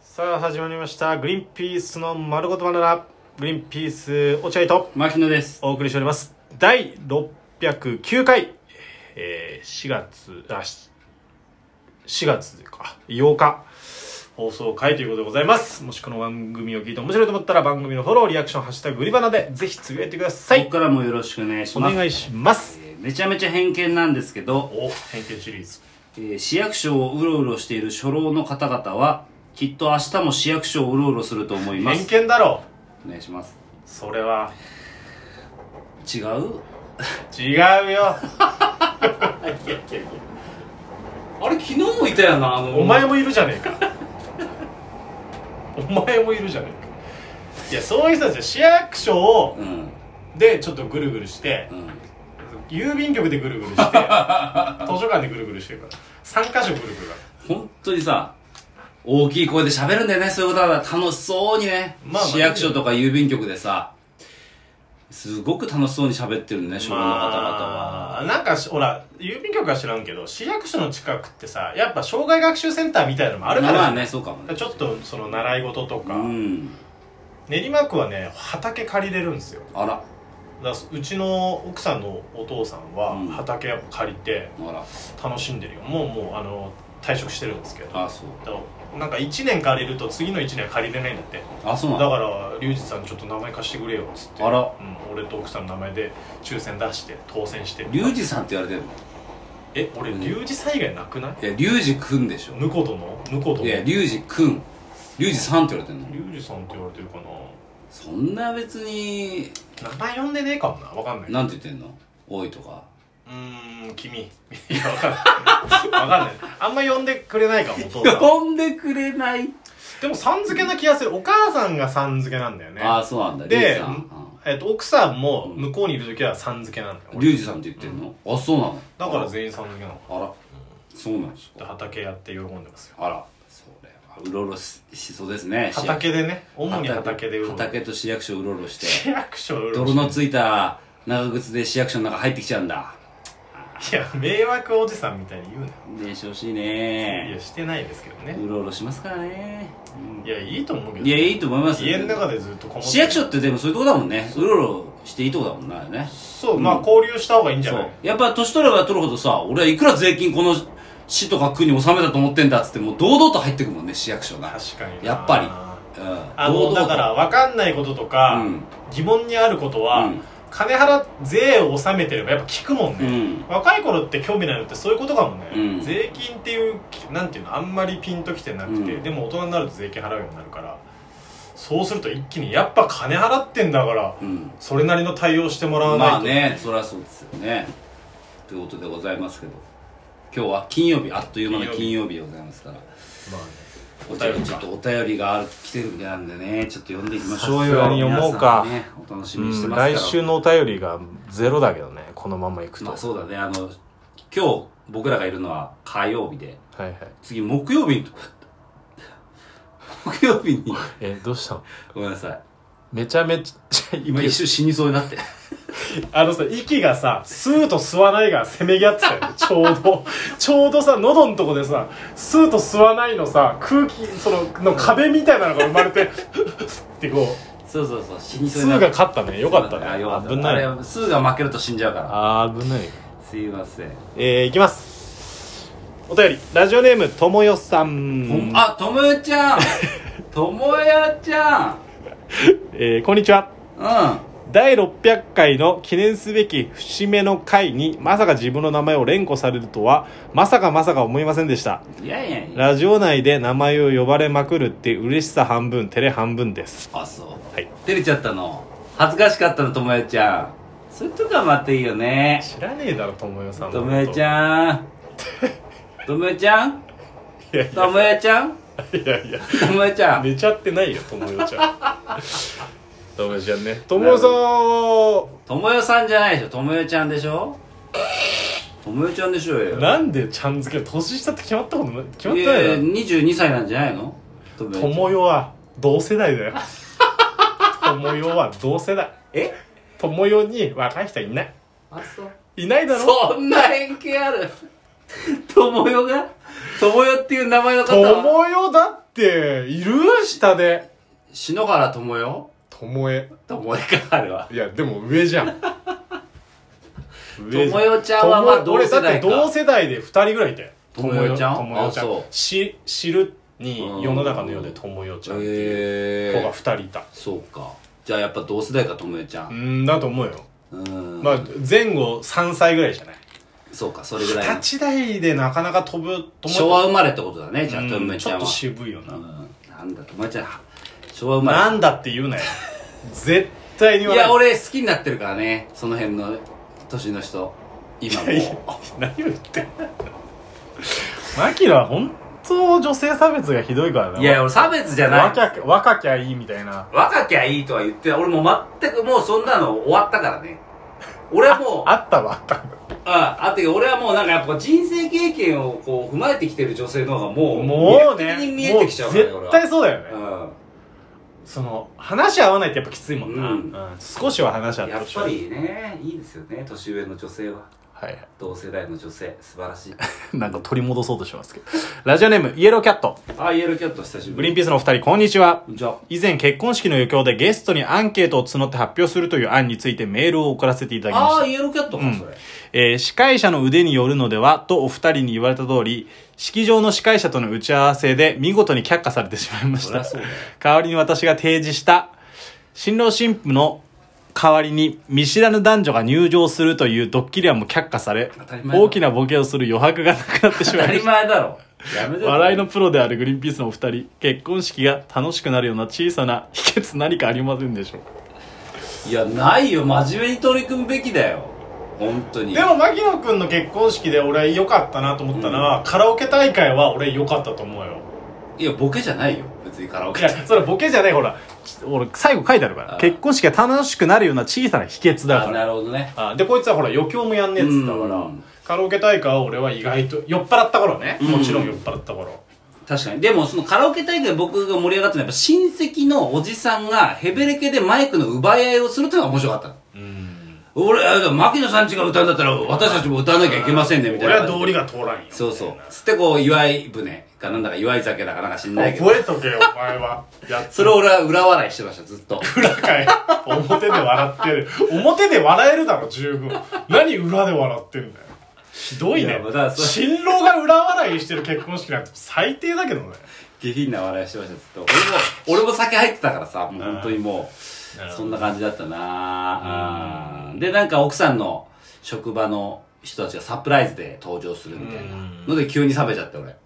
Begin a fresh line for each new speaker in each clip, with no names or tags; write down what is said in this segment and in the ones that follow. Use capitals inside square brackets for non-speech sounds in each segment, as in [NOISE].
さあ始まりましたグリーンピースの丸ごとバナナグリーンピース落合と
牧野です。
お送りしております第609回、えー、4月あし4月か8日放送回ということでございますもしこの番組を聞いて面白いと思ったら番組のフォローリアクション「ハッシュタググリバナ」でぜひつぶやいてくださ
ここ
い
からもよろしくお願いし
お
ます。
願いします
えーめちゃめちゃ偏見なんですけど、
お偏見シリーズ
えー市役所をうろうろしている初老の方々は、きっと明日も市役所をうろうろすると思います。
偏見だろ
お願いします。
それは
違う
違うよ
あれ、昨日もいたよな、あの
お前もいるじゃねえかお前もいるじゃねえかいやそういう人たちは市役所を
うん。うん。
でちょっとぐるぐるして郵便局でぐる
[LAUGHS]
ぐるして図書館でぐるぐるしてるから3か所ぐるぐるだ
本当にさ、大きい声で喋るんだよね、そういうことは楽しそうにね、
まあまあ
市役所とか郵便局でさ、すごく楽しそうに喋ってるね、初老の方々は。
まあなんかしほら郵便局は知らんけど市役所の近くってさやっぱ障害学習センターみたいなのもあるから,、
まあね、そうかもね。
ちょっとその習い事と
う
か、
ん。
練馬区はね畑借りれるんですよ
あら、
だからうちの奥さんのお父さんは
うん
畑やっぱ借りて
あら。
楽しんでるよ、もうもうあの退職してるんですけどだ
あそう
からなんか1年借りると次の1年は借りれないんだって
あそ
だ
うな
か
の
ら龍二さんちょっと名前貸してくれよっつって
あら
うん、俺と奥さんの名前で抽選出して当選して
リュウジさんって言われてるの
え俺龍二さん以外なくない
いやリュウジくんでしょ
婿殿婿殿
いや
龍
リュウジくんリュウジさんって言われてるの
二さんって言われてるかな
そんな別に
名前呼んでねえかもなわかんないう
なんて言ってんのおいとか
ーん君 [LAUGHS] いやわかんないわかんないあんま呼んでくれないかもお父さん
呼んでくれない
でもさん付けな気がするお母さんがさん付けなんだよね
ああそうなんだリュウジ
で
さん
えっと奥さんも向こうにいる時はさん付けなんだよ
うん
俺
リュウジさんって言ってるのあそうなの
だから全員さん付けなの
あらそうなんです
で
か
畑やって喜んでますよ
あらそれはうろうろししそうですね
畑でね主に
畑
畑でうろうろ
畑と市役所うろうろして
市役所はうろうろ
泥のついた長靴で市役所の中入ってきちゃうんだ
いや迷惑おじさんみたいに言うなよ
練習欲しいね
いやしてないですけどね
うろうろしますからね、
いやいいと思うけど
いやいいと思いますよ
家の中でずっとこもって
市役所ってでもそういうとこだもんねうろうろしていいとこだもんなね
そうまあ交流した方がいいんじゃ
そ
な
う
い
やっぱ年取れば取るほどさ俺はいくら税金この市とか区に納めたと思ってんだっつってもう堂々と入ってくもんね市役所な
確かにな
やっぱりうん
あ
堂
の
々と
だから分かんないこととか、
うん
疑問にあることは、
うん
金払っ税を納めてればやっぱ聞くもん
う
ね、
ん
若い頃って興味ないのってそういうことかもね、
うん
税金っていうなんていうのあんまりピンときてなくて、
うん
でも大人になると税金払うようになるからそうすると一気にやっぱ金払ってんだから
うん
それなりの対応してもらわないと
まあねそりゃそうですよねということでございますけど今日は金曜日あっという間の金曜日でございますから
まあね
お便りちょっとお便りがある来てるみたいなんでねちょっと読んでいきましょうよ
さすがに読もうか
皆さんねお楽しみにして
うん
ますから、
来週のお便りがゼロだけどねこのままいくと、
まあそうだねあの今日僕らがいるのは火曜日で
はいはい
次木曜日に木曜日に
えどうしたの
ごめんなさい
めちゃめちゃ
今一瞬死にそうになって
あのさ息がさスーと吸わないがせめぎ合ってたよねちょうど [LAUGHS] ちょうどさ喉のとこでさスーと吸わないのさ空気そのの壁みたいなのが生まれて [LAUGHS] ってこう
そうそうそう死にそう
ス
にな
ー
って
が勝ったねよかったね
あよかった
危ない
あれスーが負けると死んじゃうから
あー危ない
すいません
えー、いきますお便りラジオネームともよさ
と
ん
あともよ
[LAUGHS]
ちゃんともよちゃ
えー、こんにちは
ん
第600回の記念すべき節目の回にまさか自分の名前を連呼されるとはまさかまさか思いませんでした
うんいやいやいや
ラジオ内で名前を呼ばれまくるって嬉しさ半分照れ半分です
あそう、
はい
照れちゃったの恥ずかしかったのともやちゃんそれとかまたいいよね
知らねえだろともよさん
ともやちゃんともやちゃん
いやい
ともやちゃん
やいやいや
ともや
[LAUGHS]
ちゃん
寝ちゃってないよともよち
[LAUGHS]
ゃんともよちゃんねともよさん
ともよさんじゃないでしょともよちゃんでしょともよちゃんでしょうよ
なんでちゃん付け年下って決まったことない決まっ
い
て
やいや
ない
22歳なんじゃないのとも
だろと
よちゃん
もよは同世代
[LAUGHS]
だよともよは同世代
え
ともよに若い人いない
あそう
いないだろ
そんな偏見あるともよがともよっていう名前の方
と
は
もよだっっている下で
篠原智代
巴
智代かあれはい
やでも上じゃん
智代ちゃんはまあ
ともえ
同世代か
俺だって同世代で2人ぐらいいたよ
智代ちゃん
智代ちゃ
あ
ん
そう
し知るに世の中の世で友代ちゃんっていう子が
え
2人いた
そうかじゃあやっぱ同世代か智代ちゃ
うんんだと思うよ
うん
まあ前後3歳ぐらいじゃない
そうかそれぐらい
二
の
十歳代でなかなか飛ぶ友代
昭和生まれってことだねじゃあ
う
智
ん
代
ち
ち
ょ
ゃ
っ
ん
と
は
渋いよな、
うんなんだ智代ちゃんは昭和生まれ
なんだって言うなよ絶対に言わ
い
ない
や俺好きになってるからねその辺の年の人今も
いやいや何を言ってんの牧野は本当女性差別がひどいからない
や俺差別じゃない
若きゃ若きゃいいみたいな
若きゃいいとは言ってない俺もう全くもうそんなの終わったからね俺はもう
あったわあったわ
ああと俺はもうなんかやっぱ人生経験をこう踏まえてきてる女性の方がもう
もう
魅力
ね
的に見えてきちゃ
も
うからね
絶対そうだよね、
俺は
その話合わないってやっぱきついもんな、
う
う
ん
ん少しは話合
うん
って
やっ
ほしい
ぱりねいいですよね年上の女性は
はいは
同世代の女性素晴らしい
いなんか取り戻そうとしてますけどラジオネームイエローキャット
あイエローキャット久しぶ
グリーンピ
り
ースのお二人こんにちは
じゃあ
以前結婚式の余興でゲストにアンケートを募って発表するという案についてメールを送らせていただきました
あーイエローキャットか、
うん
それ
えー司会者の腕によるのではとお二人に言われた通り、式場の司会者との打ち合わせで見事に却下されてしまいまし
そり
た
ゃ。そうだよ
代わりに私が提示した、新郎新婦の代わりに見知らぬ男女が入場するというドッキリはもう却下され
当たり、前だ
大きなボケをする余白がなくなってし
当
まい
た
ま
り
した。
前だろやめて
笑いのプロであるグリーンピースのお二人、結婚式が楽しくなるような小さな秘訣何かありませんでしょうか
いやないよ真面目に取り組むべきだよ本当に
でも牧野君の結婚式で俺良かったなと思ったのは、カラオケ大会は俺良かったと思うよ
いやボケじゃないよ別にカラオ
い
ケ
やそれボケじゃないほらち俺最後書いてあるから
あ
結婚式が楽しくなるような小さな秘訣だ
あ
から
なるほどね
あでこいつはほら余興もやんねえっつったから、
うん
カラオケ大会は俺は意外と酔っ払った頃ね、
うん
もちろん酔っ払った頃
確かにでもそのカラオケ大会で僕が盛り上がったのはやっぱ親戚のおじさんがヘベレケでマイクの奪い合いをするっていうのが面白かったの
うん
俺あ牧野さんちが歌うんだったら私たちも歌わなきゃいけませんねみたい
俺
な
は道理が通らんよ
そうそうつってこう祝い船かなんだか祝い酒だかなんか知んないけど
覚えとけよお前はやっ
それを俺は裏笑いしてましたずっと
裏かい表で笑ってる表で笑えるだろ十分何裏で笑ってんだよひどい
い
ね
やまあだからそれ
新郎が裏笑いしてる結婚式なんて最低だけどね
下品な笑いしてましたずっと俺も俺も酒入ってたからさもう本当にもうそんな感じだったなうんでなんか奥さんの職場の人たちがサプライズで登場するみたいなので急に冷めちゃって俺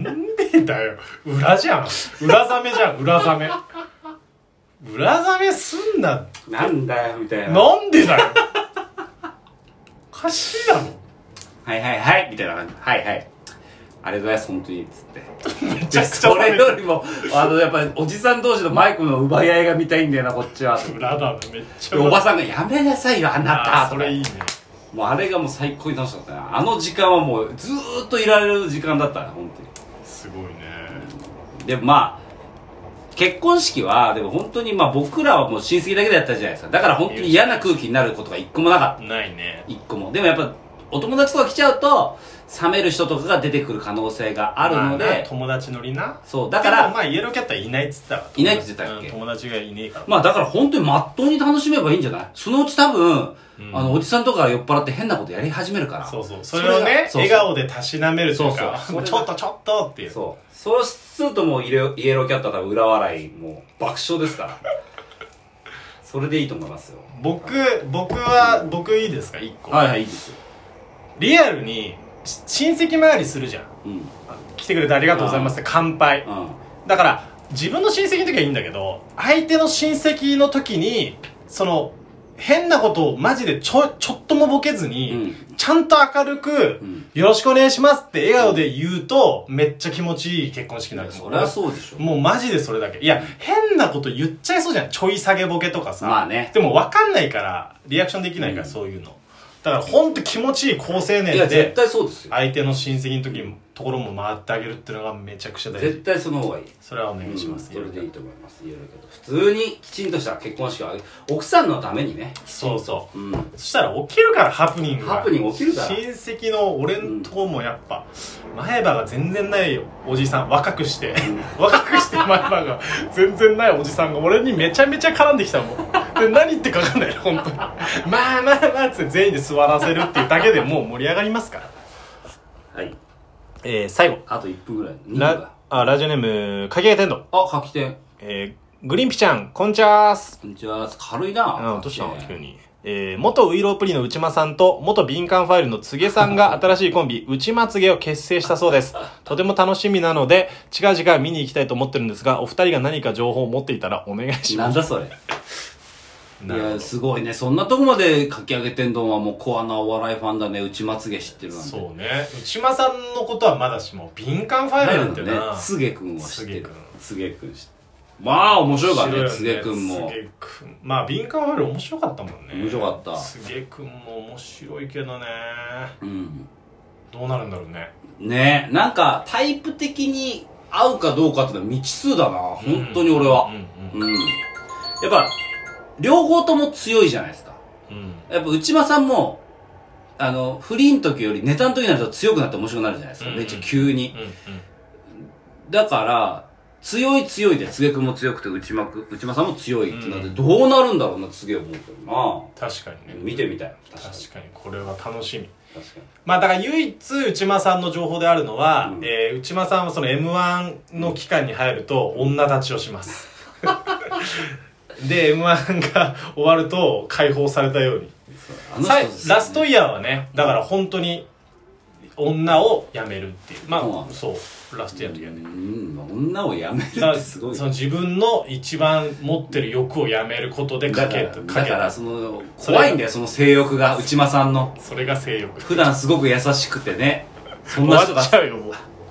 なんでだよ裏じゃん裏ざめじゃん裏ざめ裏ざめすんな
なんだよみたいな
なんでだよおかしいだろ
はいはいはいみたいな感じはいはいありがとうございます本当にっつってめ
ち
[LAUGHS]
ゃくちゃ
それよりもあのやっぱりおじさん同士のマイクの奪い合いが見たいんだよなこっち [LAUGHS] は
裏だねめっち
で
ゃ
お
裏
ばさんが「やめなさいよあな
あ
た」
ー
と
そ
か
れいいね
もうあれがもう最高に楽しかったなあの時間はもうずーっといられる時間だったな本当に
すごいね
でもまあ結婚式はでも本当にまあ僕らはもう親戚だけでやったじゃないですかだから本当に嫌な空気になることが一個もなかった
ないね
一個もでもやっぱお友達とか来ちゃうと冷める人とかが出てくる可能性があるので、
まあな友達乗りな
そうだから
でもまあイエローキャットはいないっつったわ
いないっつってたっけ
うん友達がいねえから
まあだから本当にまっとうに楽しめばいいんじゃないそのうち多分、
うん
あのおじさんとかが酔っ払って変なことやり始めるから
そうそうそれをね
そうそう
笑顔でたしなめるというか
そうそう
ちょっとちょっとっていう
そうそうするともうイエロイエローキャットは裏笑いもう爆笑ですから
[LAUGHS]
それでいいと思いますよ
僕僕は僕いいですか1個、
はいはいいいですよ、
リアルにし親戚回りするじゃん
うんうん、
来てくれてありがとうございますって乾杯だから自分の親戚の時はいいんだけど相手の親戚の時にその変なことをマジでちょちょっともボケずに、ちゃんと明るく、
うん
よろしくお願いしますって笑顔で言うと、めっちゃ気持ちいい結婚式になる
そりゃそうでしょ
もうマジでそれだけいや変なこと言っちゃいそうじゃんちょい下げボケとかさ
まあね
でも分かんないからリアクションできないから、
うん
そういうのだからほんと気持ちいい好青年
いや絶
で
対そうですよ
相手の親戚の時にところも回ってあげるっていうのがめちゃくちゃ大
絶
事
対その方がいい
それはお願いします、
うんそれでいいと思いますいろいろけど普通にきちんとした結婚式を挙げ奥さんのためにね
そうそう
うん
そしたら起きるからハプニングが
ハプニング起きるから
親戚の俺んとこもやっぱ前歯が全然ないおじさん若くして若くして前歯が全然ないおじさんが俺にめちゃめちゃ絡んできたもんで何言ってか分かんないの本当にまあまあまあっつって全員で座らせるっていうだけでもう盛り上がりますから
はい
えー、最後
あと1分ぐらい2分
ラ
だ
あラジオネームかき揚げ天丼
あ書き手
えー、グリーンピちゃんこんちゃーす
こんにちは軽いな
あどうしたの急に。えー、元ウイロープリの内間さんと元敏感ファイルのつげさんが新しいコンビ、内まつげを結成したそう [LAUGHS] です。とても楽しみなので、近々見に行きたいと思ってるんですが、お二人が何か情報を持っていたらお願いし
な
ま
ん
す。
だそれい
なるほ
や
ど
すごいねそんなとこまで書き上げ天丼はもうコアなお笑いファンだね内まつげ知ってるなんて
そうね。内間さんのことはまだしも、敏感ファイルなんて
ね
な。
つげくんは知ってるつげくん知ってるまあ面白いからねつげくんも
すげくん。まあ、敏感ファイル面白かったもんね。
面白かった
すげくんも面白いけどね。
うん
どうなるんだろうね。
ねなんかタイプ的に合うかどうかってのは未知数だな本当に俺は
うん
うん、やっぱ両方とも強いじゃないですか
うんうん。
やっぱ内間さんもあのフリーの時よりネタの時になると強くなって面白くなるじゃないですか、
うん
めっちゃ急に
うんうん。
だから強い強いで柘植君も強くて内間く内間さんも強いってなって、
うん
どうなるんだろうな柘植思うけど
確かに
な
ね。
見てみたい確かに
確かにこれは楽しみ
確かに
まあだから唯一内間さんの情報であるのは、
うん
えー内間さんはその m 1の期間に入ると女立ちをしますで m 1が終わると解放されたように
そうあの人
さい
ですね
ラストイヤーはねだから本当に女を辞めるっていうま
そうなん
あ
だ
そうラストイヤーの時はね
うん女をやめる
だ
っ
か
て
ら
すごい
その自分の一番持ってる欲をやめることで
だ
か
か
け
らだ
かけ
からその
それ
怖いんだよその性欲が内間さんの
それが性欲
普段すごく優しくてねそんな
終
人
わ
が
っちゃうよもう